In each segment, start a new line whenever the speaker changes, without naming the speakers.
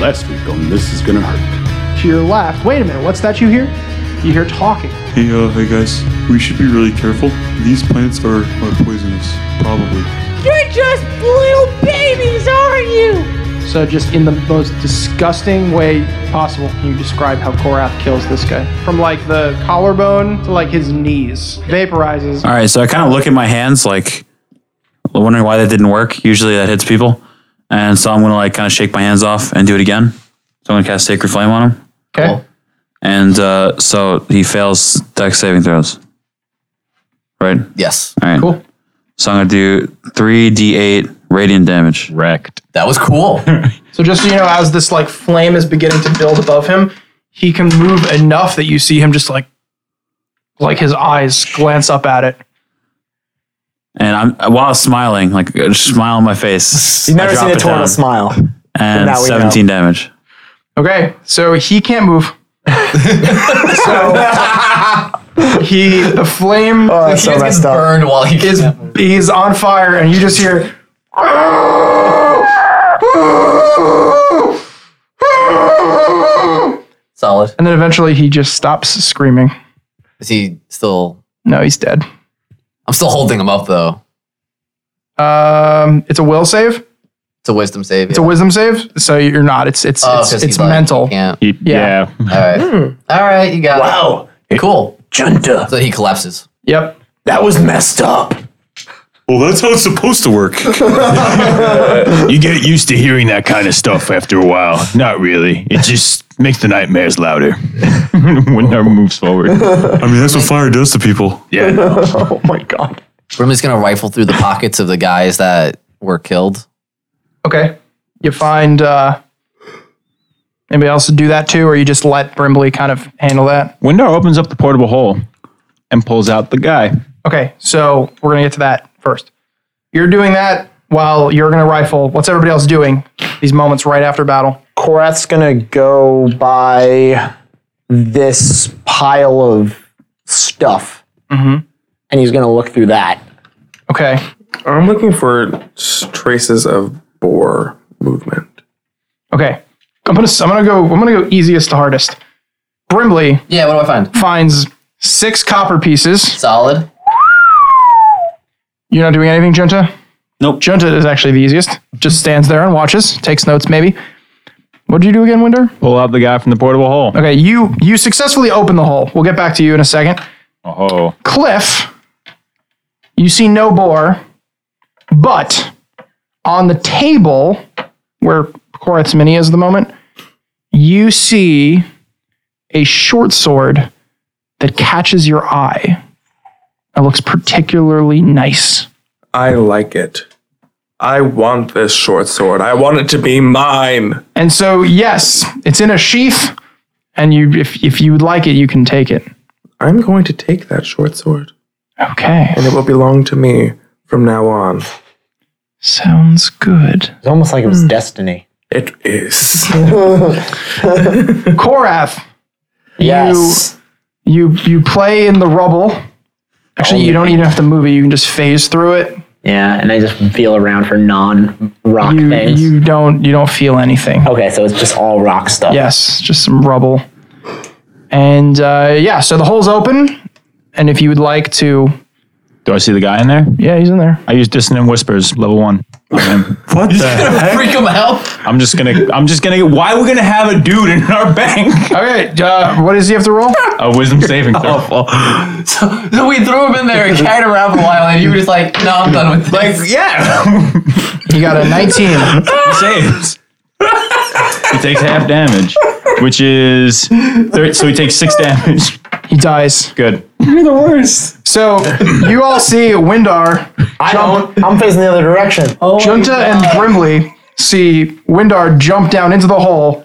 Last week on This Is Gonna Hurt.
To your left, wait a minute, what's that you hear? You hear talking.
Hey, uh, hey guys, we should be really careful. These plants are, are poisonous, probably.
You're just little babies, aren't you?
So, just in the most disgusting way possible, can you describe how Korath kills this guy? From like the collarbone to like his knees, vaporizes.
All right, so I kind of look at my hands, like wondering why that didn't work. Usually that hits people, and so I'm gonna like kind of shake my hands off and do it again. So I'm gonna cast Sacred Flame on him,
Okay.
and uh, so he fails Dex saving throws. Right. All
Yes.
right.
Cool.
So I'm gonna do three d8 radiant damage.
Wrecked.
That was cool.
So, just so you know, as this like flame is beginning to build above him, he can move enough that you see him just like, like his eyes glance up at it.
And I'm while smiling, like a smile on my face.
You've
I
never
drop
seen a
it
tortoise
down,
smile.
And
Now we know.
17 damage.
Okay, so he can't move. so he, the flame
Oh, that's
he
so
just gets
messed up.
burned while he
is
is.
he's on fire, and you just hear.
Solid.
And then eventually he just stops screaming.
Is he still?
No, he's dead.
I'm still holding him up though.
Um, it's a will save.
It's a wisdom save. Oh,
It's a wisdom save. So you're not. It's it's it's, it's mental.
Yeah.
He-
Yeah.
yeah.
All right. All right. You got
Wow,
it. Mm-hmm. Cool.
Junta,
So he collapses.
Yep.
that was messed up.
Well, that's how it's supposed to work.
You get used to hearing that kind of stuff after a while. Not really. It just makes the nightmares louder when our moves forward.
I mean, that's what fire does to people.
Yeah. no.
Oh my god.
We're just gonna rifle through the pockets of the guys that were killed.
Okay. You find uh, anybody else to do that too, or you just let Brimbley kind of handle that.
Window opens up the portable hole and pulls out the guy.
Okay, so we're gonna get to that first. You're doing that while you're gonna rifle. What's everybody else doing? These moments right after battle.
Korath's gonna go by this pile of stuff,
Mm-hmm.
and he's gonna look through that.
Okay.
I'm looking for s- traces of boar movement.
Okay. I'm gonna I'm gonna go I'm gonna go easiest to hardest. Brimley
Yeah. What do I find?
finds six copper pieces.
Solid.
You're not doing anything, Junta?
Nope.
Junta is actually the easiest. Just stands there and watches, takes notes maybe. What did you do again, Winder?
Pull out the guy from the portable hole.
Okay, you you successfully open the hole. We'll get back to you in a second.
Oh.
cliff, you see no boar, but on the table where Korath's mini is at the moment, you see a short sword that catches your eye. It looks particularly nice.
I like it. I want this short sword. I want it to be mine.
And so, yes, it's in a sheath, and you if, if you would like it, you can take it.
I'm going to take that short sword,
Okay.
and it will belong to me from now on.
Sounds good.
It's almost like it
Hmm.
was destiny.
It is.
Korath,
Yes.
you you play in the rubble. Actually, you don't even have to move it. You can just phase through it.
Yeah, and I just feel around for non-rock
You
things.
you don't you don't feel anything.
okay, so it's just all rock stuff.
Yes, just some rubble. And uh, yeah, so the hole's open, and if you would like to,
Do I see the guy in there?
yeah, he's in there.
I use dissonant whispers, level one. on him.
What the heck?
Freak him out.
I'm just gonna. I'm just gonna. Why are we gonna have a dude in our bank?
Okay, uh, what does he have to roll?
A wisdom saving throw.
So, so we threw him in there and carried him around for a while, and you were just like, "No, I'm done with this." Like,
yeah,
He got a 19.
he saves. He takes half damage, which is thir- so he takes six damage.
He dies.
Good.
So you all see Windar,
I don't. I'm facing the other direction. Oh,
Junta, and Brimley see Windar jump down into the hole.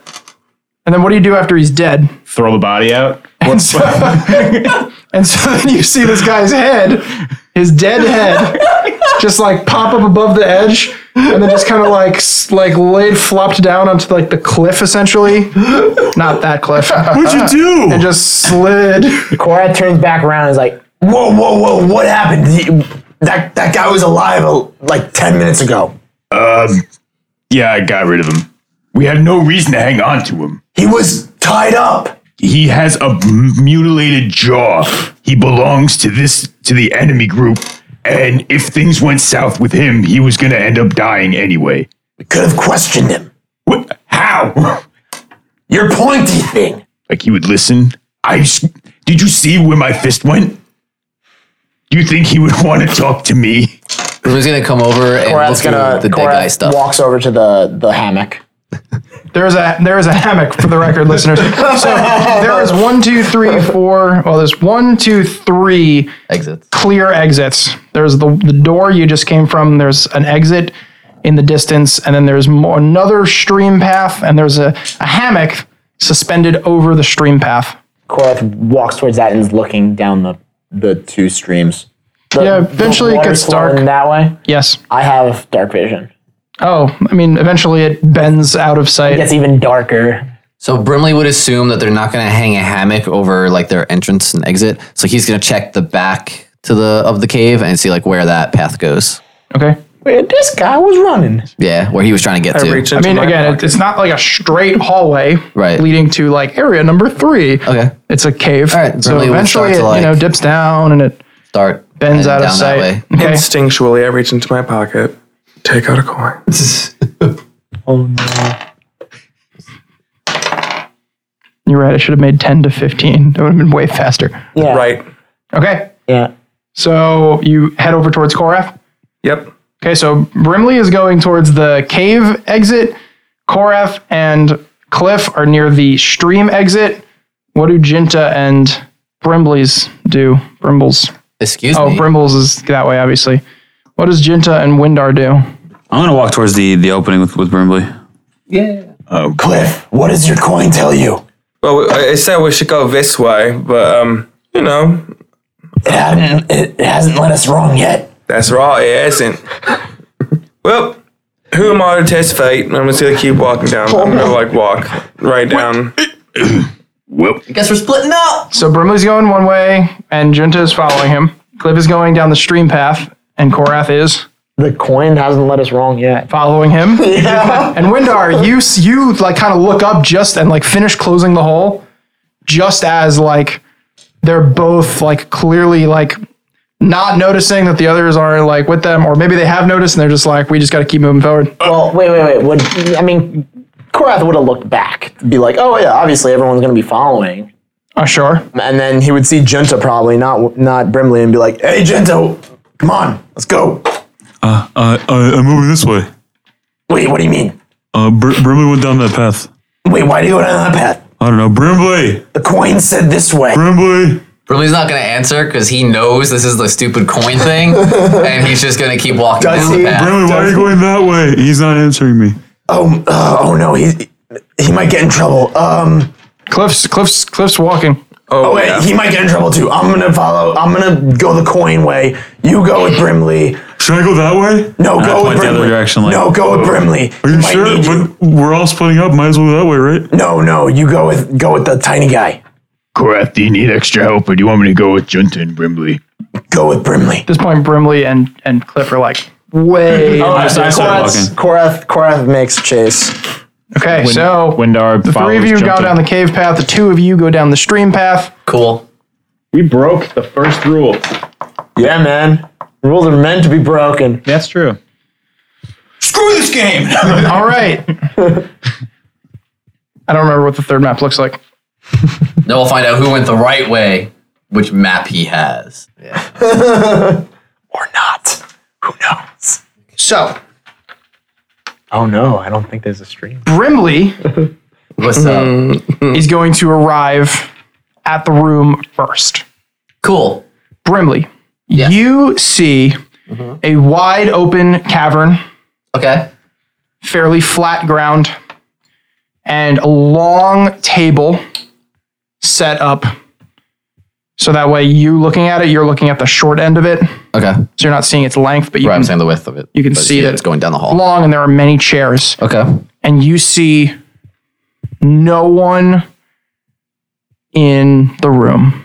And then what do you do after he's dead?
Throw the body out.
And so, and so then you see this guy's head, his dead head, just like pop up above the edge, and then just kind of like s- like laid flopped down onto like the cliff essentially, not that cliff, and
What'd you do?
just slid.
Korath turns back around and is like, "Whoa, whoa, whoa! What happened? He- that that guy was alive uh, like ten minutes ago."
Yeah, I Um, got rid of him. We had no reason to hang on to him.
He was tied up.
He has a mutilated jaw. He belongs to this to the enemy group, and if things went south with him, he was going to end up dying anyway.
We could have questioned him.
What? How?
Your pointy thing.
Like you would listen. I s- did you see where my fist went? Do you think he would want to talk to me?
Who's gonna come over and
Korath's
look
gonna
at the dead
Korath
guy stuff?
walks over to the the hammock.
There's a there is a hammock for the record, listeners. So there is one, two, three, four. Well, there's one, two, three
Exits.
clear exits. There's the the door you just came from. There's an exit in the distance, and then there's more, another stream path, and there's a, a hammock suspended over the stream path.
Korath walks towards that and is looking down the the two streams. The-
Yeah, eventually
the
it
water's
gets dark.
flowing that way.
Yes.
I have dark vision.
Oh, I mean, eventually it bends out of sight.
It gets even darker.
So Brimley would assume that they're not gonna hang a hammock over like their entrance and exit. So he's gonna check the back to the of the cave and see like where that path goes.
Okay.
Wait, this guy was running.
Yeah, where he was trying to get
I
to.
reach
I
into
mean,
my
again, it,
pocket.
it's not like a straight hallway
Right.
leading to like area number three.
Okay.
It's a cave.
All right,
so
Burnley would
eventually,
start
it,
to,
you know,
like-
dips down and it
Start
bends
heading
out
down that
of sight.
way.
Okay.
Instinctually, I reach into my pocket, take out a coin.
Oh, You're right. I should have made 10 to 15. That would have been way faster.
Yeah.
Right.
Okay.
Yeah.
So you head over towards Korath.
Yep.
Okay. So Brimley is going towards the cave exit. Korath and Cliff are near the stream exit. What do Jinta and Brimley's do? Brimbles.
Excuse
Oh,
me.
Brimbles is that way, obviously. What does Jinta and Windar do?
I'm gonna walk towards the the opening with with Brimley.
Oh,
Cliff, what does your coin tell you?
Well, I I said we should go this way, but um, you know,
It, hadn't, it hasn't let us wrong yet.
that's raw. It isn't. well, who am I to test fate? I'm just gonna keep walking down. I'm gonna like walk right down.
well,
I guess we're splitting up.
So Brimley's going one way, and Junta is following him. Cliff is going down the stream path, and Korath is
The coin hasn't let us wrong yet.
following him. And Windar, you s- you like kind of look up just and like finish closing the hole, just as like they're both like clearly like not noticing that the others are like with them, or maybe they have noticed and they're just like, we just got to keep moving forward.
Well, wait, wait, wait. Would I mean Korath would have looked back to be like, oh yeah, obviously everyone's gonna be following.
Uh, sure.
And then he would see Junta probably, not not Brimley, and be like,
Hey, Gento, come on, let's go.
Uh, I, I, I'm moving this way.
Wait, what do you mean?
Uh, Br- Brimley went down that path.
Wait, why do you go down that path?
I don't know. Brimley!
The coin said this way.
Brimley!
Brimley's not gonna answer because he knows this is the stupid coin thing, and he's just gonna keep walking
Does
down the
he?
path.
Brimley, why are you going that way? He's not answering me.
Oh, uh, oh no, he he might get in trouble. Um,
Cliff's Cliff's Cliff's walking.
Oh,
oh wait,
yeah.
he might get in trouble too. I'm gonna
Oh,
follow. I'm gonna go the coin way. You go with Brimley.
Should I go that way?
No,
I
go with
point the other
Brimley.
direction, like-
no, go with Brimley.
Are
He
you
might
sure?
need you.
But we're all splitting up. Might as well go that way, right?
No, no, you go with go with the tiny guy.
Korath, do you need extra help, or do you want me to go with Junta and Brimley?
Go with Brimley.
At this point, Brimley and and Cliff are like way.
Oh,
Oh, I started
Korath,
walking.
Korath, Korath makes chase.
Okay, so
Windar
The three of you go down the cave path. The two of you go down the stream path.
Cool.
We broke the first rule.
Yeah, man. Rules are meant to be broken.
That's true.
Screw this game.
All right. I don't remember what the third map looks like.
Now we'll find out who went the right way, which map he has.
or not? Who knows?
So
Oh no, I don't think there's a stream.
Brimley
What's up?
is going to arrive at the room first.
Cool.
Brimley,
Yes. Mm-hmm.
you see a wide open cavern,
Okay.
fairly flat ground, and a long table set up. So that way, you looking at it, you're looking at the short end of it.
Okay.
So you're not seeing its length, but you
Right, I'm
can
saying the width of it.
you can
But
see
yeah,
that-
it's going down the hall.
long and there are many chairs
Okay.
and you see no one in the room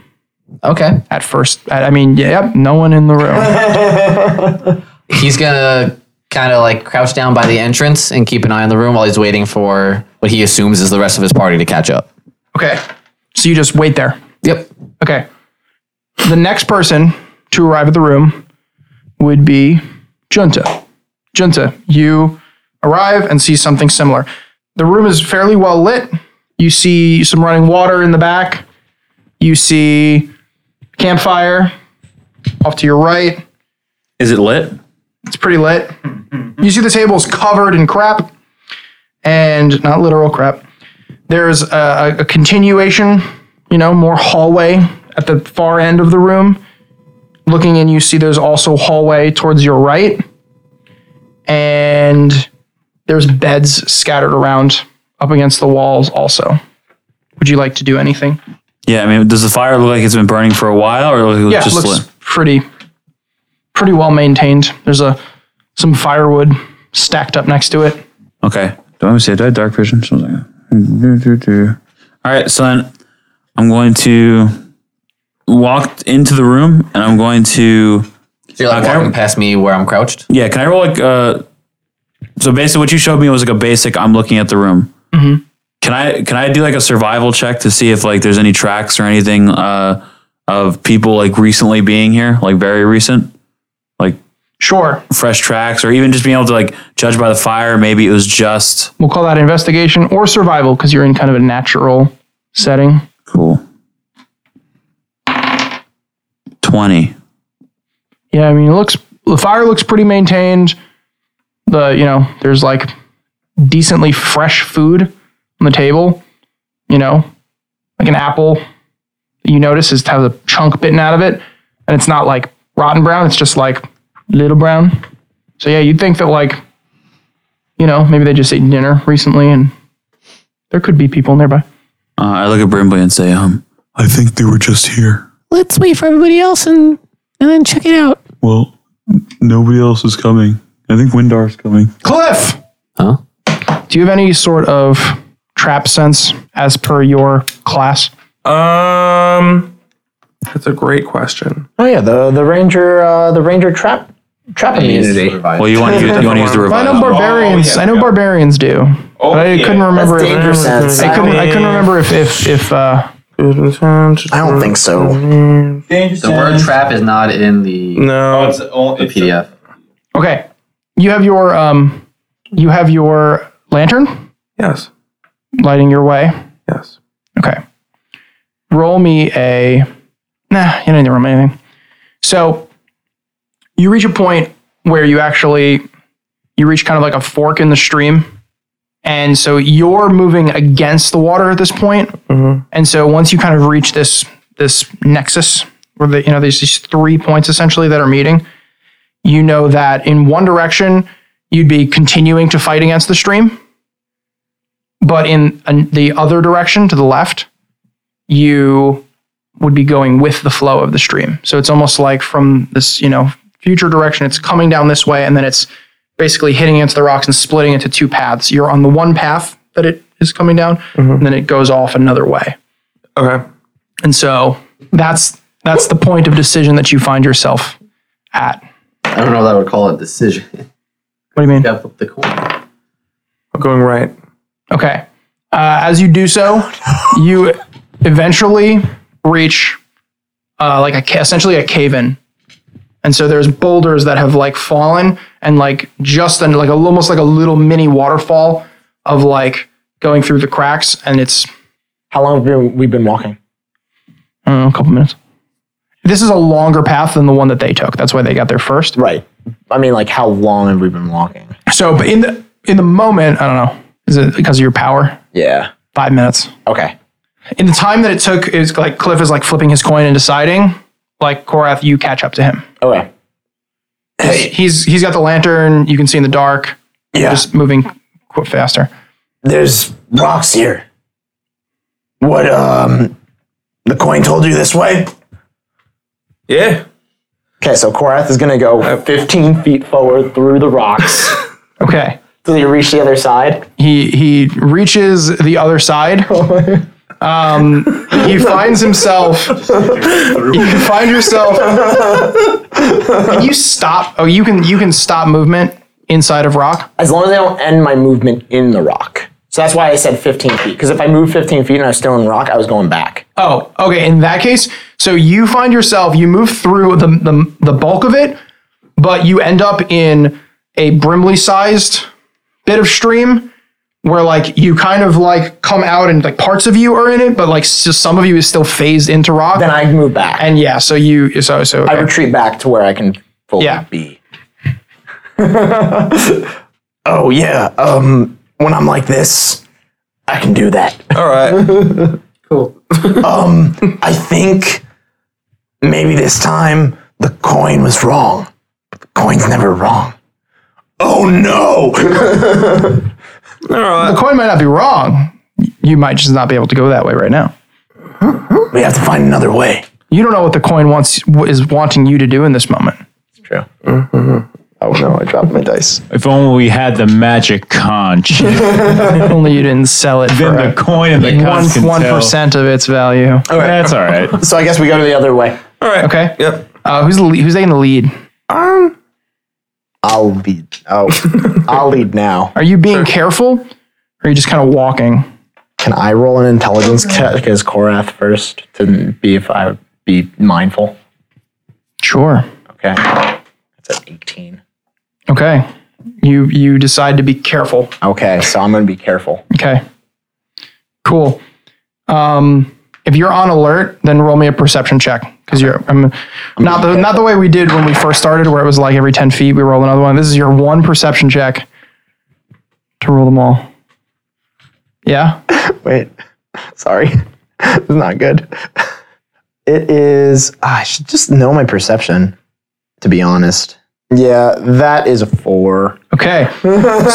Okay.
at first i I mean yep no one in the room
He's gonna kind of like crouch down by the entrance and keep an eye on the room while he's waiting for what he assumes is the rest of his party to catch up.
Okay. So you just wait there.
Yep.
Okay. The next person to arrive at the room would be Junta. Junta, you arrive and see something similar. The room is fairly well lit. You see some running water in the back. You see campfire off to your right.
Is it lit?
It's pretty lit. You see the table's covered in crap and not literal crap. There's a, a continuation, you know, more hallway at the far end of the room. Looking in, you see there's also hallway towards your right, and there's beds scattered around up against the walls. Also, would you like to do anything?
Yeah, I mean, does the fire look like it's been burning for a while, or look like it
yeah, it
just
looks
lit?
pretty, pretty well maintained. There's a some firewood stacked up next to it.
Okay. Do I see? Do I have dark vision? Something. All right, so then I'm going to walk into the room, and I'm going to.
you're like walking past me where I'm crouched.
Yeah, can I roll like? Uh, so basically, what you showed me was like a basic. I'm looking at the room.
Mhm.
Can I can I do like a survival check to see if like there's any tracks or anything uh, of people like recently being here, like very recent, like
sure
fresh tracks, or even just being able to like judge by the fire. Maybe it was just
We'll call that investigation or survival because you're in kind of a natural setting.
cool. Twenty.
Yeah, I mean, it looks the fire looks pretty maintained. The you know, there's like decently fresh food on the table. You know, like an apple. that You notice is has a chunk bitten out of it, and it's not like rotten brown. It's just like little brown. So yeah, you'd think that like, you know, maybe they just ate dinner recently, and there could be people nearby.
Uh, I look at Brimbley and say, um, I think they were just here.
Let's wait for everybody else and and then check it out.
Well, nobody else is coming. I think Windar's coming.
Cliff!
Huh?
Do you have any sort of trap sense as per your class?
Um, that's a great question.
Oh yeah, the the ranger uh, the ranger trap trap immunity. Oh,
Well, you want to use, you want to use the
I
revive.
know barbarians. I know barbarians do. but I
yeah.
couldn't remember.
That's
if-
danger sense.
I couldn't. I couldn't remember if if if. Uh,
I don't think so.
The word trap is not in the
No,
it's the PDF.
okay, you have your um, you have your lantern
Yes.
lighting your way.
Yes.
Okay. Roll me a. Nah, you don't need to roll me anything. So you reach a point where you actually you reach kind of like a fork in the stream, and so you're moving against the water at this point. And so once you kind of reach this this nexus where the you know there's these three points essentially that are meeting, you know that in one direction you'd be continuing to fight against the stream, but in an, the other direction to the left, you would be going with the flow of the stream. So it's almost like from this you know future direction, it's coming down this way, and then it's basically hitting against the rocks and splitting into two paths. You're on the one path that it is coming down, and then it goes off another way.
Okay.
And so that's that's the point of decision that you find yourself at.
I don't know if I would call it decision.
What do you mean?
Yeah, flip the coin.
I'm going right.
Okay. Uh, as you do so,
Oh,
you eventually reach uh, like a ca- essentially a cave in, and so there's boulders that have like fallen and like just under like a, almost like a little mini waterfall of like going through the cracks, and it's
How long have we been walking?
I don't know, Uh, a couple minutes. This is a longer path than the one that they took. That's why they got there first.
Right. I mean, like how long have we been walking?
So, but in the in the moment, I don't know. Is it because of your power?
Yeah.
Five minutes.
Okay.
In the time that it took, is like Cliff is like flipping his coin and deciding. Like Korath, you catch up to him.
Okay.
Hey. He's he's got the lantern. You can see in the dark.
Yeah.
Just moving qu- faster.
There's rocks here. What, um, the coin told you this way?
Yeah.
Okay, so Korath is gonna go 15 feet forward through the rocks
Okay.
till you reach the other side.
He he reaches the other side. Um, he finds himself. You find yourself. Can you stop? Oh, you can. You can stop movement. inside of rock?
As long as I don't end my movement in the rock. So that's why I said 15 feet. Because if I moved 15 feet and I was still in rock, I was going back.
Oh, okay. In that case, so you find yourself, you move through the, the, the bulk of it, but you end up in a Brimley sized bit of stream where like you kind of like come out and like parts of you are in it, but like s some of you is still phased into rock. Then
I move back.
And yeah, so you, so, so.
I retreat back to where I can fully be.
oh yeah. Um, when I'm like this, I can do that.
All right.
cool. um, I think maybe this time the coin was wrong. But the coin's never wrong. Oh no!
The coin might not be wrong. You might just not be able to go that way right now.
We have to find another way.
You don't know what the coin wants is wanting you to do in this moment.
Oh no, I dropped my dice.
If only we had the magic conch.
Only you didn't sell it
then the coin and the conch can
one
tell.
percent of its value.
That's all right.
So I guess we go to the other way.
All right.
Okay.
Yep.
Uh, who's the lead, who's taking the lead?
Um, I'll lead. Oh, I'll lead now.
Are you being careful? Or are you just kind of walking?
Can I roll an intelligence check as Korath first to be if I would be mindful?
Sure.
Okay. That's an 18.
Okay. You you decide to be careful.
Okay, so I'm going to be careful.
Okay. Cool. Um, if you're on alert, then roll me a perception check because you're I'm, not the not the way we did when we first started, where it was like every ten feet we roll another one. This is your one perception check to roll them all. Yeah.
Wait, sorry, it's not good. It is. ah, I should just know my perception, to be honest. Yeah, that is a four.
Okay.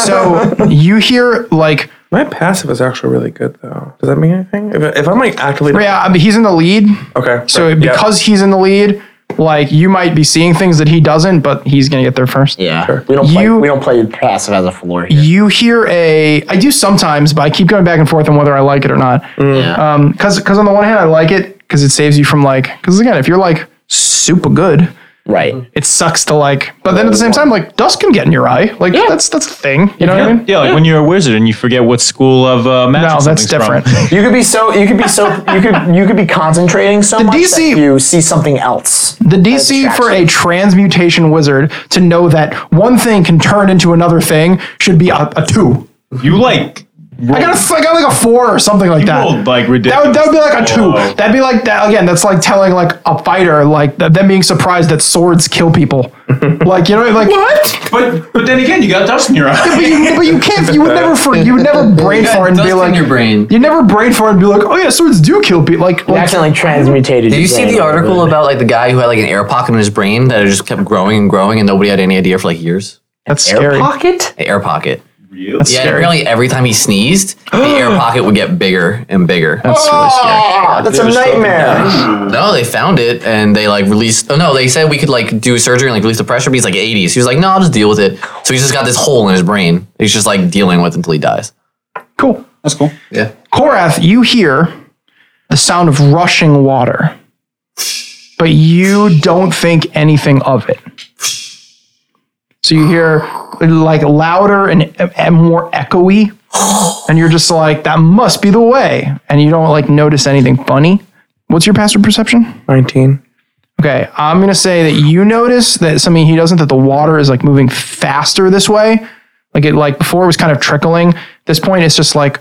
So you hear like
my passive is actually really good though. Does that mean anything? If, if I'm like actively
Yeah, I mean, he's in the lead.
okay,
So
right, yeah.
because he's in the lead, like you might be seeing things that he doesn't, but he's gonna get there first.
Yeah. We don't play, we don't play passive as a floor here.
You hear a. I do sometimes, but I keep going back and forth on whether I like it or not.
Mm.
Yeah.
Um, because because on the one hand, I like it because it saves you from like because again, if you're like super good,
right,
it sucks to like. But then at the same time, like dust can get in your eye. Like that's that's a thing. You know what I mean?
Oh. Yeah, like when you're a wizard and you forget what school of uh, magic.
No, that's
something's from.
You could be so you could be so you could you could be concentrating so much that you see something else.
The DC for a transmutation wizard to know that one thing can turn into another thing should be a, a two.
you like
I got, a, I got like a four or something like that.
rolled, like
That would,
ridiculous.
that would be like a two.
Whoa.
That'd be like that again. That's like telling like a fighter like th- them being surprised that swords kill people. like you know like what?
But but then again, you got dust in your eye.
but, you, but you can't. You would never. For, you would never brain
got
for it and
dust
be
in
like
your brain.
You never brain for it and be like, oh yeah, swords do kill people. Like,
You
like
accidentally transmutated.
Did
your
you see
brain
the
a little
article
bit.
about like the guy who had like an air pocket in his brain that it just kept growing and growing and nobody had any idea for like years?
that's
air
scary.
pocket?
An air pocket.
Really?
That's
yeah,
scary.
apparently every time he sneezed, the air pocket would get bigger and bigger. That's really
Ah, that's a nightmare.
No, they found it and they like released. Oh no, they said we could like do surgery and like release the pressure, but he's like 80s. He was like, no, I'll just deal with it. So he's just got this hole in his brain. He's just like dealing with until he dies.
Cool.
That's cool.
Yeah.
Korath, you hear the sound of rushing water, but you don't think anything of it. So you hear like louder and, and more echoey, and you're just like, that must be the way. And you don't like notice anything funny. What's your passive perception?
19.
Okay, I'm gonna say that you notice that something he doesn't that the water is like moving faster this way. Like it like before it was kind of trickling. At this point it's just like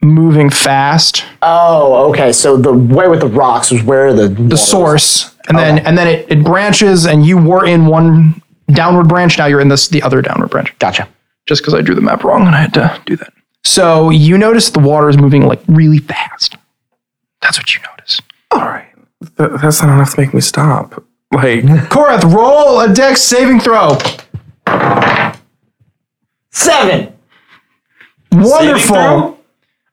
moving fast.
Oh, okay. So the way with the rocks was where the
The source. And then and then it, it branches and you were in one downward branch. Now you're in this the other downward branch.
Gotcha.
Just because I drew the map wrong and I had to do that. So you notice the water is moving like really fast. That's what you notice.
Th- that's not enough to make me stop. Like
Korath, roll a dex saving throw.
Seven.
Wonderful.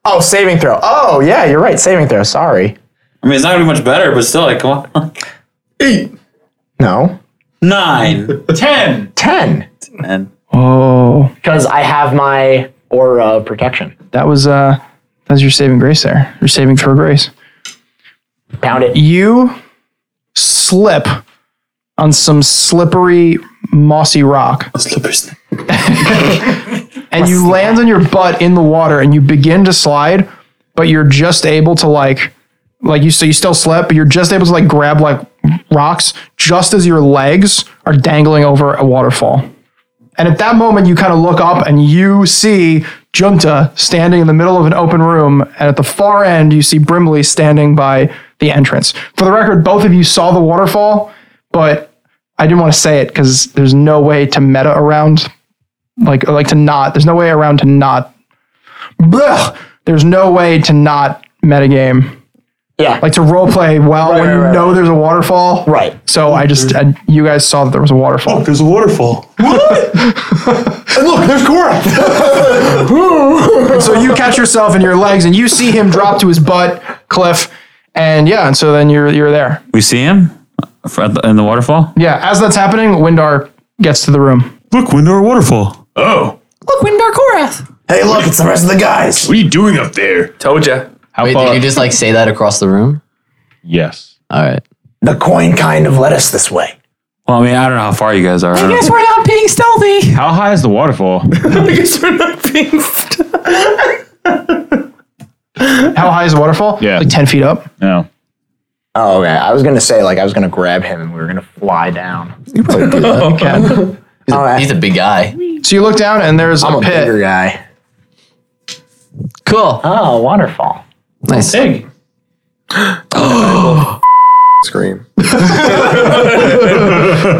Oh, saving throw. Oh yeah, you're right. Saving throw. Sorry.
I mean, it's not gonna be much better, but still, like, come on.
No.
Nine.
Ten.
Ten.
And
Oh.
Because I have my aura of protection.
That was uh that was your saving grace there. Your saving throw grace.
Pound it.
You slip on some slippery mossy rock.
slippers.
and you land on your butt in the water and you begin to slide, but you're just able to like like you so you still slept, but you're just able to like grab like rocks just as your legs are dangling over a waterfall. And at that moment you kind of look up and you see Junta standing in the middle of an open room, and at the far end you see Brimley standing by the entrance. For the record, both of you saw the waterfall, but I didn't want to say it because there's no way to meta around like like to not there's no way around to not Blech! there's no way to not metagame yeah like to roleplay well when you know there's a waterfall right so i just I, you guys saw that there was a waterfall oh
there's a waterfall
and look there's Cora so you catch yourself in your legs and you see him drop to his butt cliff and yeah and so then you're you're there
We see him for- at the- in the waterfall.
yeah as that's happening windar gets to the room
look windar waterfall
Oh.
Look, Windar Korath.
Hey, look, it's the rest of the guys. What are you doing up there?
Told ya.
How
Wait, did you just like say that across the room?
Yes.
All right.
The coin kind of led us this way.
Well, I mean, I don't know how far you guys are. I
I
don't
guess
know.
we're not being stealthy.
How high is the waterfall?
I guess we're not being stealthy.
how high is the waterfall
yeah
like 10 feet up
No.
Oh, okay. I was gonna say like I was gonna grab him and we were gonna fly down.
You probably do that.
He's a,
big guy.
so you look down and there's
I'm
a
a,
pit
bigger guy.
Cool.
Oh, waterfall.
Nice.
Big.
Scream.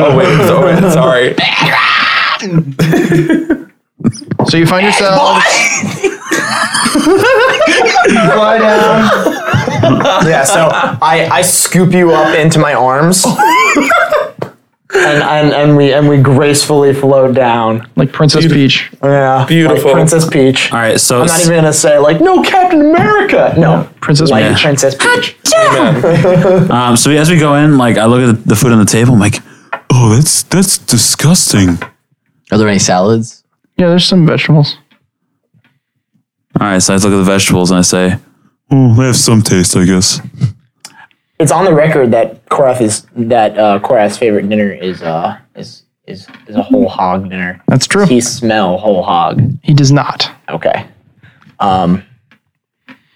oh wait, so- wait, sorry.
So you find yourself. Fly down.
yeah, so I, I scoop you up into my arms. And, and, and we and we gracefully float down.
Like Princess Peach.
Yeah.
Beautiful.
Like Princess Peach.
All right, so
I'm not even gonna say like no Captain America. No.
Princess
like
Peach.
Princess Peach.
um, so as we go in, like I look at the, the food on the table, I'm like, oh, that's that's disgusting.
Are there any salads?
Yeah, there's some vegetables.
All right, so I look at the vegetables and I say, oh, they have some taste, I guess.
It's on the record that Korath is that uh, Korath's favorite dinner is uh is is is a whole hog dinner.
That's true.
He smell whole hog.
He does not.
Okay. Um.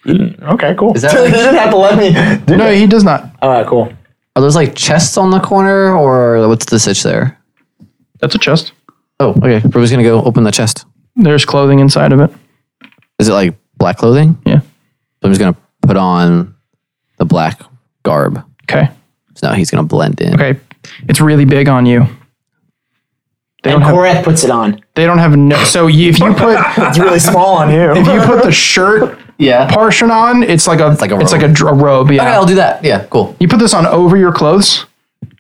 Mm, Okay, cool.
Is that like-
you didn't have to let me. do
No,
it.
he does not.
All right, cool.
Are those like chests on the corner or what's the sitch there?
That's a chest.
Oh, okay. Ruby's gonna go open the chest.
There's clothing inside of it.
Is it like black clothing?
Yeah.
So I'm just gonna put on the black garb.
Okay.
So now he's gonna blend in.
Okay. It's really big on you. They
And
don't
Korath
have.
puts it on.
They don't have no. So you, if you put
It's really small on you.
if you put the shirt
Yeah.
portion on, it's like a
like a
it's
robe.
like a, dr- a robe. Yeah.
Okay, I'll do that. Yeah, cool.
You put this on over your clothes,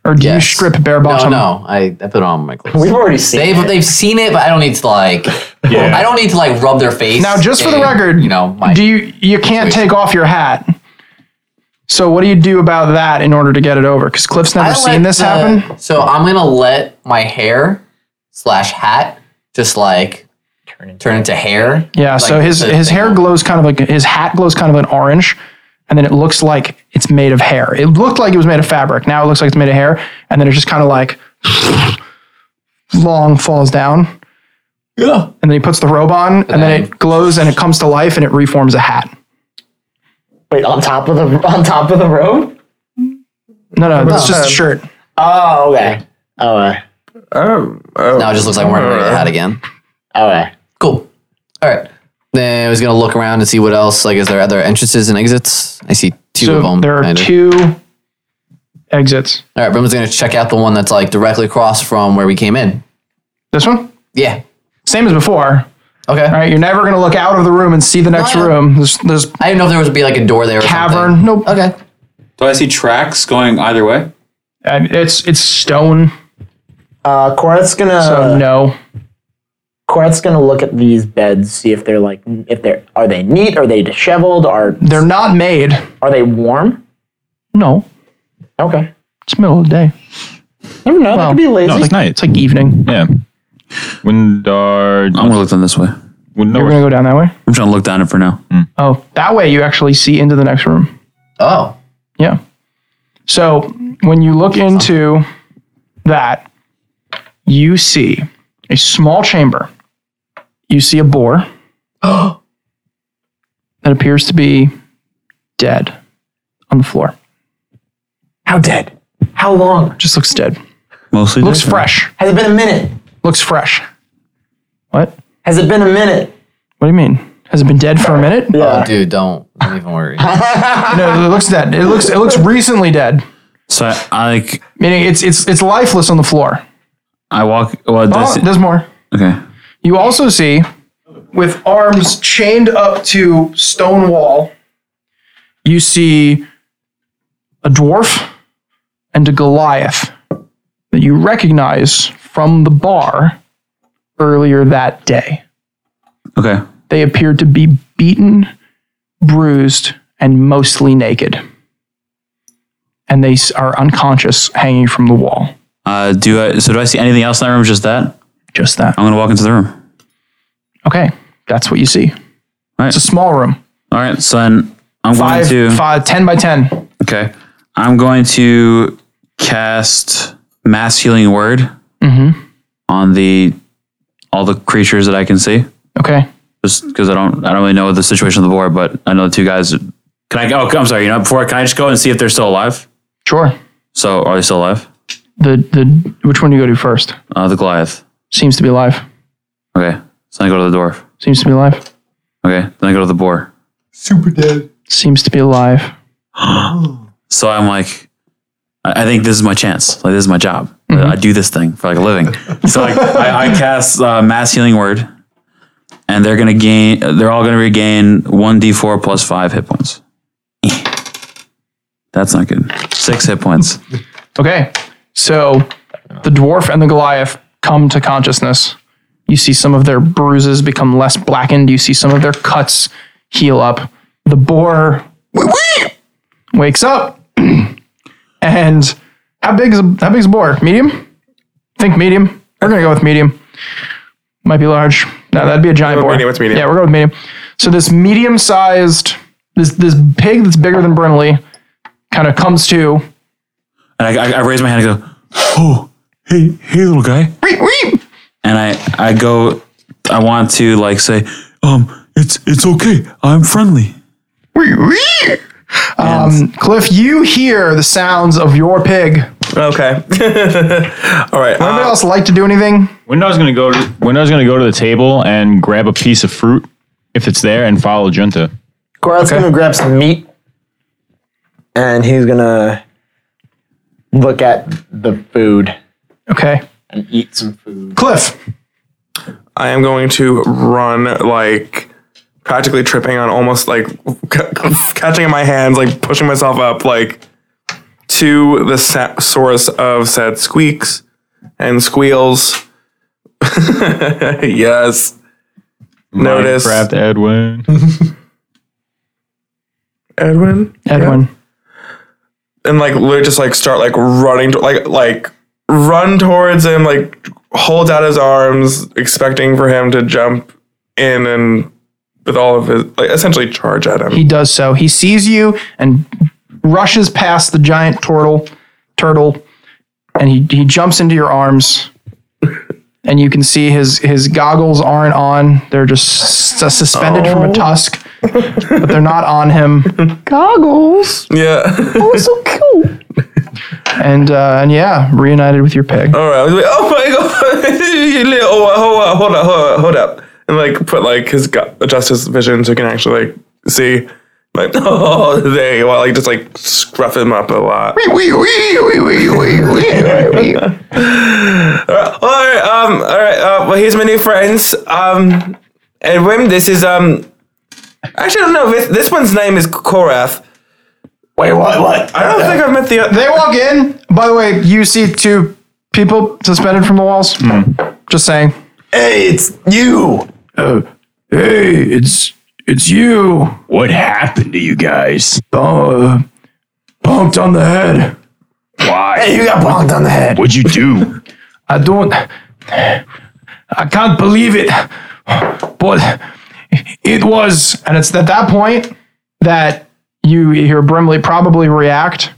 or do
Yes.
you strip bare
No,
bottom?
no, I, I put it on my clothes.
We've already seen
They've
it.
they've seen it, but I don't need to like.
Yeah.
I don't need to like rub their face.
Now, just for the
in,
record,
you know, my
do you you can't take off your hat? So what do you do about that in order to get it over? Because Cliff's never
I
seen
let
this
the-
happen.
So I'm gonna let my hair slash hat just like turn into, hair.
Yeah. so
Like,
his
the
his
thing
hair
on.
glows kind of like his hat glows kind of an orange, and then it looks like it's made of hair. It looked like it was made of fabric. Now it looks like it's made of hair, and then it just kind of like long falls down. Yeah. And then he puts the robe on, and then it glows and it comes to life and it reforms a hat.
Wait, on top of the on top of the robe.
No, no, it's
Uh,
just a shirt.
Oh, okay. All right.
Oh, oh.
Now it just looks like I'm wearing a regular
Oh.
hat again.
All right.
Cool. All right. Then I was gonna look around and see what else. Like, is there other entrances and exits? I see two of
So
them.
there are
kinda.
two exits.
All right, Brim's gonna check out the one that's like directly across from where we came in.
This one,
Yeah.
same as before.
Okay.
All right, you're never gonna look out of the room and see the next
No, I know.
room. There's, there's
I didn't know if there was be like a door there. Or
cavern. Nope.
Something. Okay.
Do I see tracks going either way?
And it's it's stone.
Uh, Korath's gonna
So no.
Korath's gonna look at these beds, see if they're like if they're are they neat, are they disheveled, are
They're not made.
are they warm?
No.
Okay.
It's middle of the day.
Never know.
Well,
that could be lazy.
No, it's night.
It's like evening.
yeah. Windar.
I'm gonna look down this way. I'm
You're gonna
Windar.
go down that way?
trying to look down it for now.
Oh. That way you actually see into the next room.
Oh.
Yeah. So when you look into that, you see a small chamber you see a boar that appears to be dead on the floor.
How dead? How long?
Just looks dead.
Mostly
looks fresh.
Has it been a minute?
Looks fresh. What?
Has it been a minute?
What do you mean? Has it been dead for a minute?
Oh, dude, don't, don't even worry.
no, it looks dead. It looks it looks recently dead.
So I, I like
Meaning it's it's it's lifeless on the floor.
I walk. Well,
Oh,
does it-
there's more.
okay.
You also see, with arms chained up to stone wall, you see a dwarf and a Goliath that you recognize from the bar earlier that day.
Okay.
They appeared to be beaten, bruised, and mostly naked. And they s- are unconscious, hanging from the wall.
Uh, do I? So do I see anything else in that room? or Just that?
Just that.
I'm gonna walk into the room.
Okay, that's what you see.
All right.
It's a small room,
All right. So then I'm
five,
going to.
five, 10 by 10.
Okay. I'm going to cast mass healing word
Mm-hmm.
on the all the creatures that I can see.
Okay.
Just because I don't I don't really know the situation of the board, but I know the two guys. Can I? go? I'm sorry. You know, before can I just go and see if they're still alive?
Sure.
So are they still alive?
The the which one do you go to first?
Uh, the Goliath.
Seems to be alive.
Okay. So I go to the dwarf.
Seems to be alive.
Okay. Then I go to the boar.
Super dead. Seems to be alive.
So I'm like, I I think this is my chance. Like this is my job. I do this thing for like a living. So like, I, I cast uh, mass healing word, and they're gonna gain. They're all gonna regain one d4 plus five hit points. That's not good. Six hit points.
Okay. So the dwarf and the Goliath come to consciousness. You see some of their bruises become less blackened. You see some of their cuts heal up. The boar wakes up. and how big is a, how big is a boar? Medium? Think medium. We're gonna go with medium. Might be large. No, that'd be a giant
Go
boar.
with medium, it's medium.
Yeah, we're going with medium. So this medium-sized, this this pig that's bigger than Brinley, kind of comes to.
And I, I, I raise my hand and go, "Oh, hey, hey, little guy!" And I, I go, I want to like say, "Um, it's it's okay. I'm friendly."
Um, Cliff, you hear the sounds of your pig.
Okay. All right. uh,
Would anybody else like to do anything?
Window's gonna go. To, Window's gonna go to the table and grab a piece of fruit if it's there, and follow Junta.
Gorath's gonna grab some meat, and he's gonna look at the food
Okay.
and eat some food.
Cliff.
I am going to run like practically tripping on almost like c- catching in my hands, like pushing myself up, like to the sa- source of said squeaks and squeals. yes. Notice.
Minecraft Edwin.
Edwin.
Edwin.
and like literally just like start like running to, like like run towards him like hold out his arms expecting for him to jump in and with all of his like essentially charge at him
He does so. He sees you and rushes past the giant turtle, turtle, and he, he jumps into your arms. And you can see his his goggles aren't on; they're just sus- suspended from a tusk, but they're not on him. Goggles.
yeah
Oh, it's so cute.
And uh, and yeah, reunited with your pig.
all right I was like, oh my god You little- hold up hold up hold up hold up and like put like his gu- adjust his vision so he can actually like see like oh there you are like just like scruff him up a lot All right, um, all right. Uh, well, here's my new friends. Um, and Wim, this is um. Actually, I don't know. This, this one's name is Korath.
Wait, what? What?
I don't think I've met the.
They walk in. By the way, you see two people suspended from the walls. Just saying.
Hmm.
Oh.
Hey, it's you.
Hey, it's it's you.
What happened to you guys?
Uh, punked on the head.
Why?
Hey, you got bonked on the head.
What'd you do?
I don't. I can't believe it. But it was.
And it's at that point that you hear Brimley probably react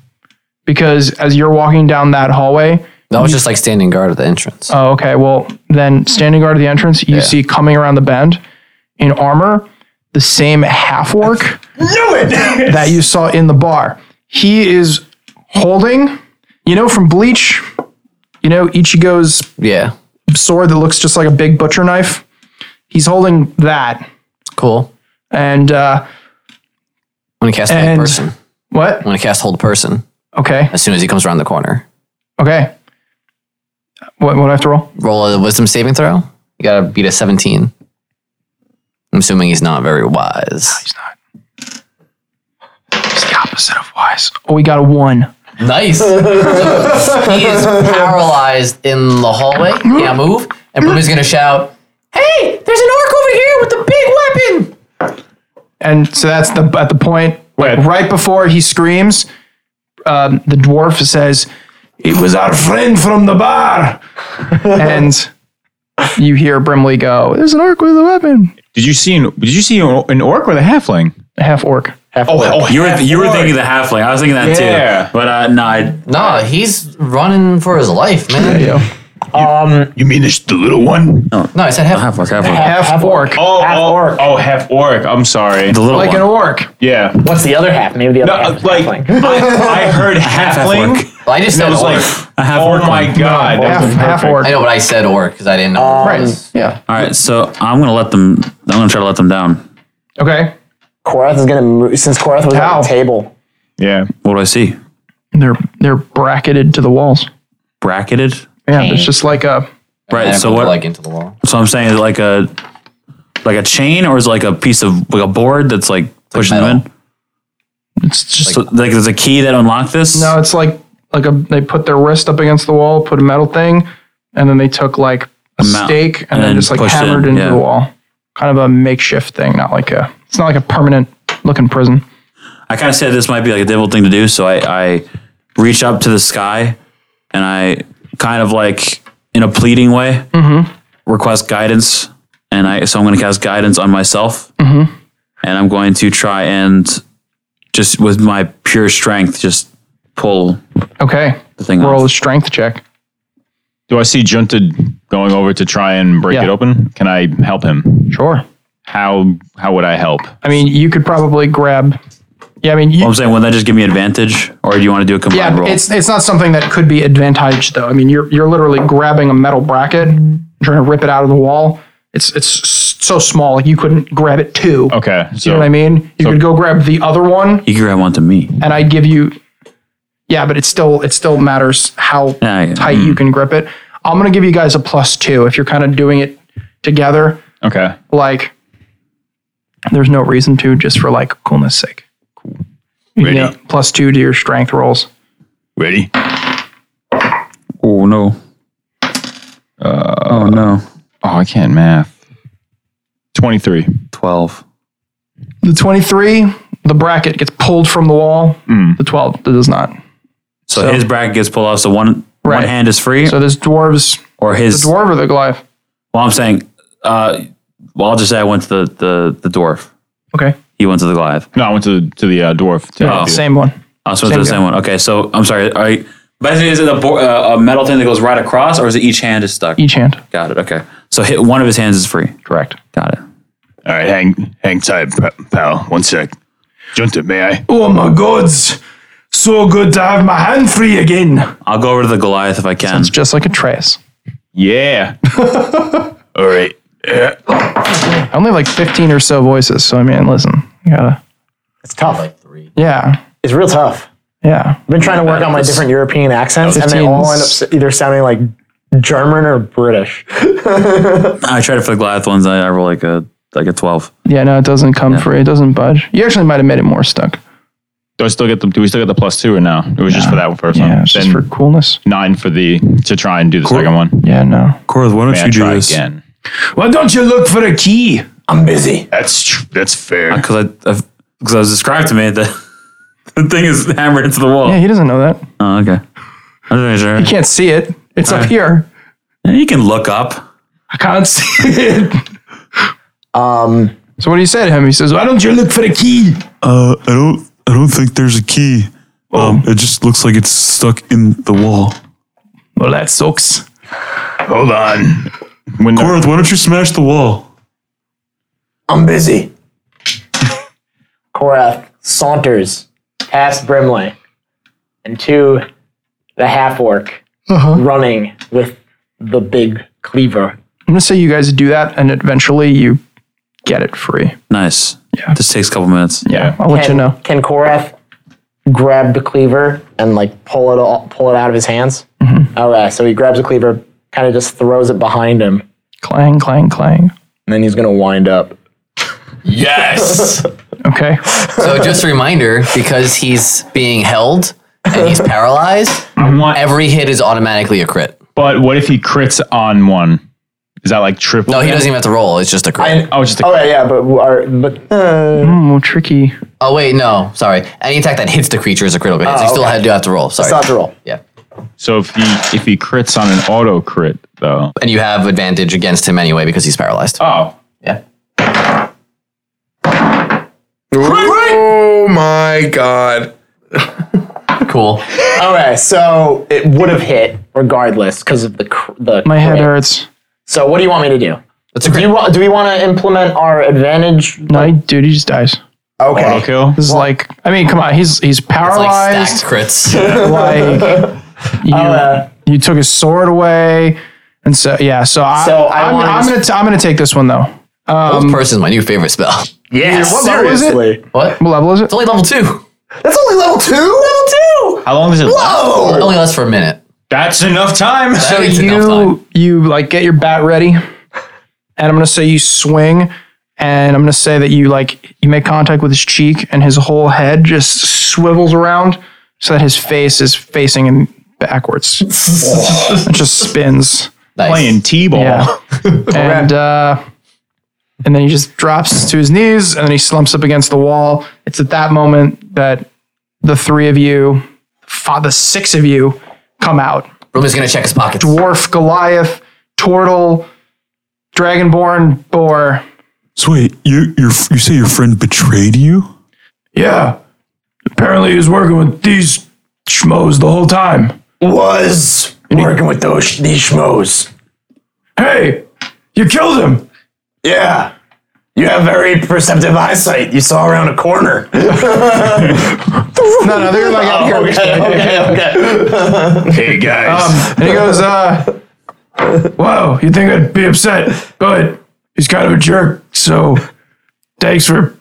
because as you're walking down that hallway,
That was just like standing guard at the entrance.
Oh, okay. Well, then standing guard at the entrance, you see coming around the bend in armor, the same half orc that you saw in the bar. He is holding, you know, from Bleach, you know, Ichigo's
yeah
sword that looks just like a big butcher knife. He's holding that.
Cool.
And uh,
I'm gonna cast
And-
hold person.
What?
I'm gonna cast hold person.
Okay.
As soon as he comes around the corner,
okay, what what do I have to roll?
roll a wisdom saving throw. You gotta beat a 17. I'm assuming he's not very wise. he's
not. It's the opposite of wise. Oh, we got a one.
Nice. So he is paralyzed in the hallway. Can't move. And Bruno's gonna shout.
Hey, there's an orc over here with a big weapon.
And so that's the at the point like, right before he screams, um, the dwarf says, "It was our friend from the bar," and you hear Brimley go, "There's an orc with a weapon."
Did you see? An, did you see an an orc or the halfling?
Half orc.
Half
Oh, you were you were thinking the halfling. I was thinking that
Yeah.
too. But uh, no, I,
Nah, he's running for his life, man.
Um, you mean this the little one?
No,
no, I said half,
half orc. Half orc.
Half, orc.
Oh, half oh, orc. Oh, half orc. I'm sorry.
The little
Like
one.
an orc.
Yeah.
What's the other half? Maybe the
No,
other
uh,
half. is
like
halfling.
I, I heard halfling.
Well, I just
and
said
I was
orc.
like, oh my god, that's perfect.
I know, but I said orc because I didn't know.
right. Yeah.
Um, all right. So I'm gonna let them. I'm gonna try to let them down.
Okay.
Korath is gonna move since Korath was on the table.
Yeah.
What do I see?
They're they're bracketed to the walls.
Bracketed.
Yeah, it's just like a
Right. So what?
Like into the wall.
So I'm saying like a like a chain, or is it like a piece of like a board that's like pushing them in.
It's
just like, there's a key that unlocked this.
no. It's like like a they put their wrist up against the wall, put a metal thing, and then they took like a
A mount-
stake and,
and
then
then
just like
pushed it
hammered
in,
into
yeah.
the wall. Kind of a makeshift thing, not like a. It's not like a permanent looking prison.
I kind of said this might be like a devil thing to do, so I, I reach up to the sky and I kind of like in a pleading way
Mm-hmm.
request guidance, and I so I'm going to cast guidance on myself,
Mm-hmm.
and I'm going to try and just with my pure strength just pull
Okay.
the thing
Roll
off.
a strength check.
Do I see Junted going over to try and break
Yeah.
it open? Can I help him?
Sure.
How how would I help?
I mean, you could probably grab. Yeah, I mean, you,
Well, I'm saying, wouldn't that just give me advantage, or do you want to do a combined
yeah,
roll?
it's it's not something that could be advantage though. I mean, you're you're literally grabbing a metal bracket, trying to rip it out of the wall. It's it's s- so small, like you couldn't grab it too.
Okay,
you know what I mean? You could go grab the other one,
you can grab one to me.
and I'd give you. Yeah, but it still it still matters how
Yeah, Mm. yeah.
tight you can grip it. I'm gonna give you guys a plus two if you're kind of doing it together.
Okay.
Like, there's no reason to just for like coolness sake. Cool. You know, plus two to your strength rolls.
Ready?
Oh no.
Uh,
oh no.
Oh, I can't math. Twenty three.
Twelve.
The 23, the bracket gets pulled from the wall. The 12, it does not.
So, his bracket gets pulled off, so one one hand is free.
So this dwarves
or his
the dwarf or the Goliath.
Well, I'm saying, uh, well, I'll just say I went to the the, the dwarf.
Okay.
He went to the Goliath.
No, I went to the to the uh, dwarf. To
Oh.
Same one.
I also went to the
Same
same one. Okay, so I'm sorry. All right. Basically, is it a, bo- uh, a metal thing that goes right across, or is it each hand is stuck?
Each hand.
Got it. Okay. So hit one of his hands is free.
Correct.
Got it.
All right, hang hang tight, p- pal. One sec. Junted, may I?
Oh my gods. So good to have my hand free again.
I'll go over to the Goliath if I can. Sounds
just like a Atreus.
Yeah. All right. Yeah.
I only have like 15 or so voices. So, I mean, listen, you gotta.
It's tough.
Yeah.
It's real tough.
Yeah.
I've been trying to work on my
It's-
different European accents, and they
15s.
all end up s- either sounding like German or British.
I tried it for the Goliath ones. I, I roll like a like a twelve.
Yeah, no, it doesn't come free. It doesn't budge. You actually might have made it more stuck.
Do I still get the? Do we still get the plus two or no? It was just for that first one.
Yeah, it's just for coolness.
Nine for the to try and do the second one.
Yeah, no.
Corath, why
May I try again?
Why don't you look for a key?
I'm busy. That's tr- that's fair.
Because Uh, I because I was described to me that the thing is hammered into the wall.
Yeah, he doesn't know that.
Oh, okay. I'm just making sure.
He can't see it. It's up here.
You can look up.
I can't see it. Um. So what do you say to him? He says, "Why don't you look for the key?"
Uh, I don't, I
Oh.
don't think there's a key. Um, it just looks like it's stuck in the wall.
Well, that sucks.
Hold on. When
Corinth, why don't you smash the wall?
I'm busy. Korath saunters past Brimley and to the half orc
Uh-huh.
running with the big cleaver.
I'm gonna say you guys do that, and eventually you get it free.
Nice. Yeah. This takes a couple minutes.
Yeah. I'll let you
Can-
know.
Can Korath grab the cleaver and like pull it all, pull it out of his hands?
Mm-hmm.
All right, so he grabs the cleaver, kind of just throws it behind him,
Clang, clang, clang.
and then he's gonna wind up.
Yes.
okay.
So just a reminder, because he's being held and he's paralyzed, every hit is automatically a crit.
But what if he crits on one? Is that like triple?
No, he doesn't even have to roll. It's just a crit.
oh, it's just a
crit. Oh, yeah, but our, but. uh,
Mm, tricky.
Oh wait, no, sorry. Any attack that hits the creature is a critical hit. so
Oh,
you still
okay.
had to have to roll. Sorry.
Still have to
roll.
Yeah.
So if he if he crits on an auto crit though,
and you have advantage against him anyway because he's paralyzed.
Oh.
Yeah.
Oh my god.
cool.
All right, so it would have hit regardless because of the cr- the. My
head hurts.
So what do you want me to do?
do,
you wa- do we want to implement our advantage?
No, he- dude, he just dies.
Okay.
Auto kill.
This is like, I mean, come on, he's he's paralyzed.
crits.
Oh,
like you, you took his sword away, and so yeah. So, I,
So I
I'm,
wanted-
I'm gonna t- I'm gonna take this one though. Um,
Ghost person is my new favorite spell.
Yeah, what level is it? seriously.
What?
What level is it?
It's only level two.
That's only level two. Level two.
How long does it
Whoa! It only lasts for a minute.
That's enough time.
so you you like get your bat ready, and I'm gonna say you swing, and I'm gonna say that you like you make contact with his cheek, and his whole head just swivels around so that his face is facing him backwards. it just spins.
Playing t-ball.
Yeah. and uh, and then he just drops to his knees, and then he slumps up against the wall. It's at that moment that the three of you, fi- the six of you, come out.
Roman's gonna check his pockets.
Dwarf, Goliath, Tortle, Dragonborn, Boar.
So wait, you you you say your friend betrayed you?
Yeah. Apparently he was working with these schmoes the whole time.
Was working with those these schmoes.
Hey, you killed him.
Yeah. You have very perceptive eyesight. You saw around a corner. Oh,
No, no, they're like out here.
okay, okay, okay.
hey guys.
and Um, he goes, uh, "Whoa, you think I'd be upset? But he's kind of a jerk. So thanks for."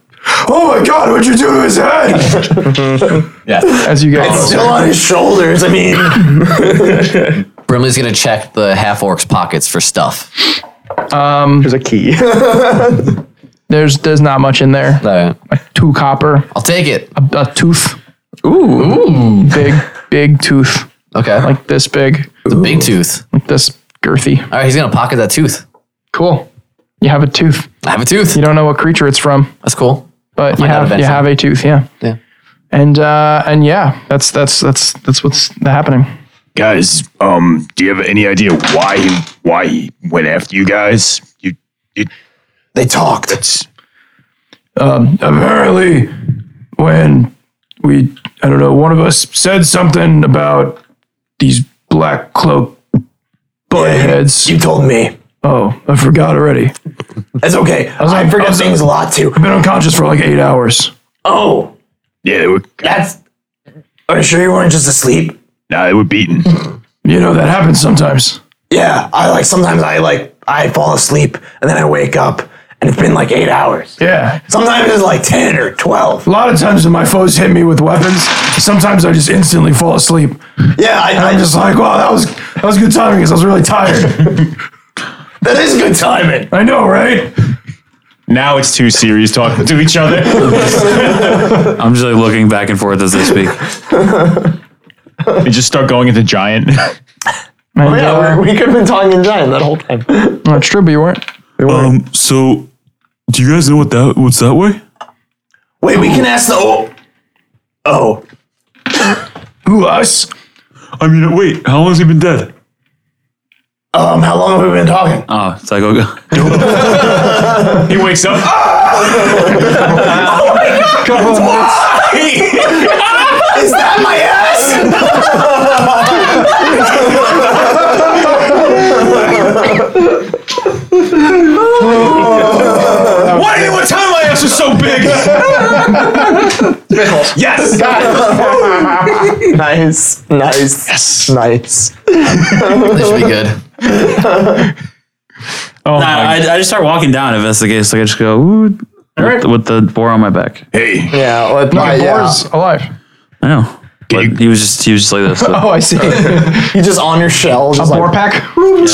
Oh my God! What'd you do to his head?
yeah.
As you guys,
It's still on his shoulders. I mean,
Brimley's gonna check the half orc's pockets for stuff.
Um,
there's a key.
there's there's not much in there. A two copper.
I'll take it.
A, a tooth.
Ooh.
Big big tooth.
Okay.
Like this big.
The big tooth.
Like this girthy. All
right, he's gonna pocket that tooth.
Cool. You have a tooth.
I have a tooth.
You don't know what creature it's from.
That's cool.
But you
find out
have you
eventually.
have a tooth, yeah.
Yeah.
And uh and yeah, that's that's that's that's what's happening.
Guys, um, do you have any idea why he why he went after you guys? You, you
they talked.
Um, apparently, when we, I don't know, one of us said something about these black cloak butt heads.
You told me.
Oh, I forgot already.
That's okay. I, forget things a lot too.
I've been unconscious for like eight hours.
Oh,
Yeah, they were.
That's. Are you sure you weren't just asleep?
Nah, they were beaten.
You know that happens sometimes.
Yeah, I like sometimes I like I fall asleep and then I wake up and it's been like eight hours.
Yeah.
Sometimes it's like ten or twelve.
A lot of times when my foes hit me with weapons, sometimes I just instantly fall asleep.
Yeah, I,
and I'm just like, wow, that was that was good timing because I was really tired.
That is good timing.
I know, right?
Now it's two series talking to each other.
I'm just like looking back and forth as they speak.
They just start going into giant.
Oh yeah, we're- we could have been talking in giant that whole time.
No, it's true, but you weren't.
Um, so do you guys know what that what's that way?
Wait, we can ask the oh. Oh,
Who us?
I mean, wait, how long has he been dead?
Um, how long have we been talking?
Oh, it's like okay.
he wakes up.
Couple of minutes.
Is that my ass?
Yes!
nice. Nice. Yes. Nice. this
should be good.
Oh, I, I just start walking down, investigate. So I just go Ooh, with, with the boar on my back. Hey,
Yeah. Let
No,
my, yeah.
boar's alive.
I know. But he was just he was just like this. so-
Oh, I see.
you just on your shell.
A boar pack.
Can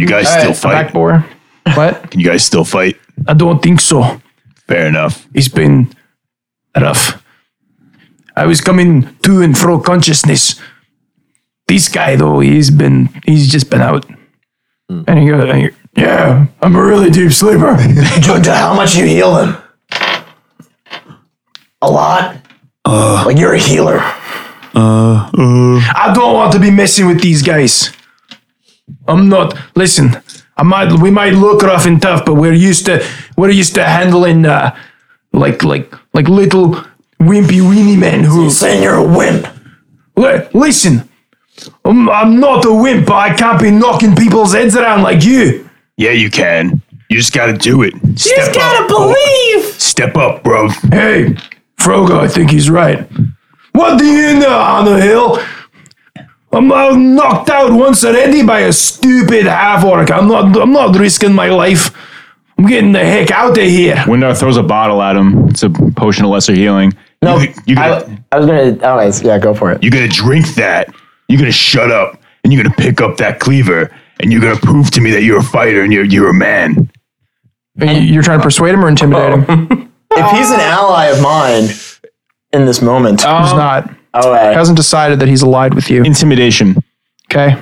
you guys
All right,
still
a
fight?
back boar. What?
Can you guys still fight?
I don't think so.
Fair enough.
It's been rough. I was coming to and fro consciousness. This guy though, he's been he's just been out.
Hmm.
And he goes, and he- yeah, I'm a really deep sleeper.
Junta, how much you heal them? A lot? like you're a healer.
Uh, I don't want to be messing with these guys. I'm not. Listen, I might. We might look rough and tough, but we're used to we're used to handling uh, like like like little wimpy weenie men who. You're
saying you're a wimp.
listen, I'm, I'm not a wimp, but I can't be knocking people's heads around like you.
Yeah, you can. You just gotta do it.
You just gotta believe.
Step up, bro.
Hey, Frogo, I think he's right. What do you know on the hill? I'm uh, knocked out once already by a stupid half orc. I'm not. I'm not risking my life. I'm getting the heck out of here.
Windar throws a bottle at him. It's a potion of lesser healing.
No, I, I was gonna. Anyways, yeah, go for it.
You're gonna drink that. You're gonna shut up, and you're gonna pick up that cleaver, and you're gonna prove to me that you're a fighter and you're you're a man.
You're trying to persuade him or intimidate him?
If he's an ally of mine in this moment,
He's not.
Oh, uh,
Hasn't decided that he's allied with you.
Intimidation.
Okay.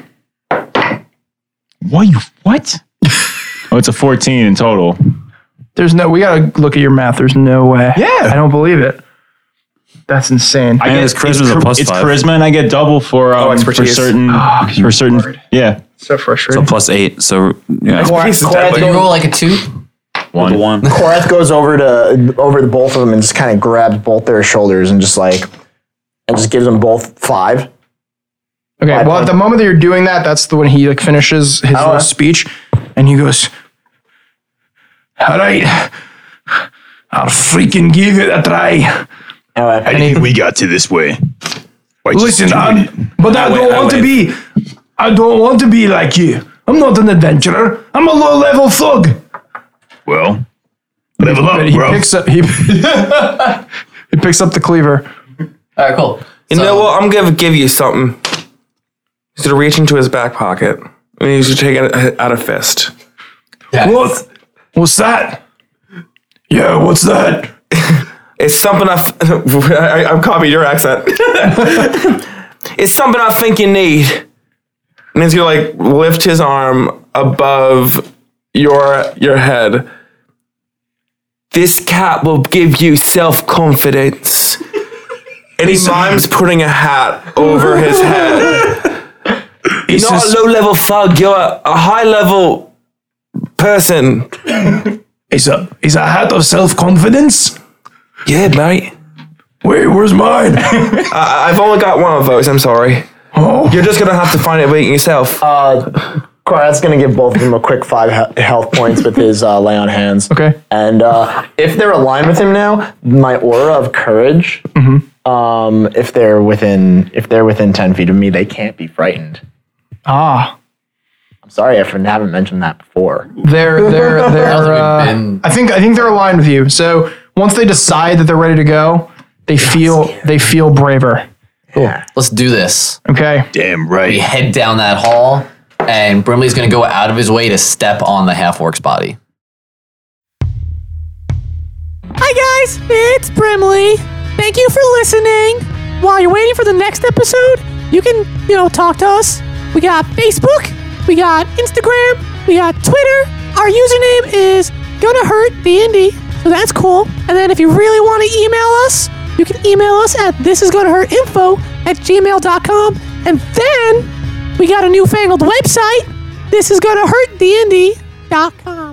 Why you what? Oh, it's a 14 in total.
There's no. We gotta look at your math. There's no way. Yeah. I don't believe it. That's insane.
I guess
charisma's a plus
It's
five. Ah,
charisma, and I get double for um, for
expertise.
certain for certain. Yeah,
So frustrating.
So plus eight. So yeah.
you roll like a two.
One. One.
Korath goes over to over to both of them and just kind of grabs both their shoulders and just like and just gives them both five.
Okay. Well, at the moment that you're doing that, that's the when he like finishes his little speech, and he goes,
All right, I'll freaking give it a try.
How do you think we got to this way? By just
Listen,
doing
I'm-
it.
but I,
I
don't
went- I
want to be.
went.
I don't want to be like you. I'm not an adventurer. I'm a low-level thug.
Well, level up,
he
bro.
picks up he, he picks up the cleaver.
All right, cool.
You know what? I'm gonna give you something. He's gonna reach into his back pocket and he's gonna take out, out a fist.
What? What's that? Yeah, what's that?
it's something I. F- I, I'm copying your accent. it's something I think you need. And he's gonna like lift his arm above your your head. This cap will give you self confidence. And he mimes putting a hat over his head. You're
It's
not a
just-
low level thug, you're a, a high level person.
Uh,
Is a is a hat of self confidence?
Yeah, mate.
Wait, where's mine?
I, I've only got one of those. I'm sorry.
Oh.
You're just gonna have to find it waiting yourself.
Uh, Korath's gonna give both of them a quick five he- health points with his uh, lay on hands.
Okay.
And uh, if they're aligned with him now, my aura of courage.
Mm-hmm.
Um, if they're within if they're within ten feet of me, they can't be frightened.
Ah,
I'm sorry, I f- haven't mentioned that before.
they're they're they're. Uh, I think I think they're aligned with you. So once they decide that they're ready to go, they feel they feel braver.
Let's do this.
Okay.
Damn right.
We head down that hall, and Brimley's gonna go out of his way to step on the half orc's body.
Hi guys, it's Brimley. Thank you for listening. While you're waiting for the next episode, you can, you know, talk to us. We got Facebook, we got Instagram, we got Twitter. Our username is gonna hurt D&D, so that's cool. And then if you really want to email us, you can email us at thisisgonnahurtinfo at gmail.com. And then we got a newfangled website, thisisgonnahurtdnd.com.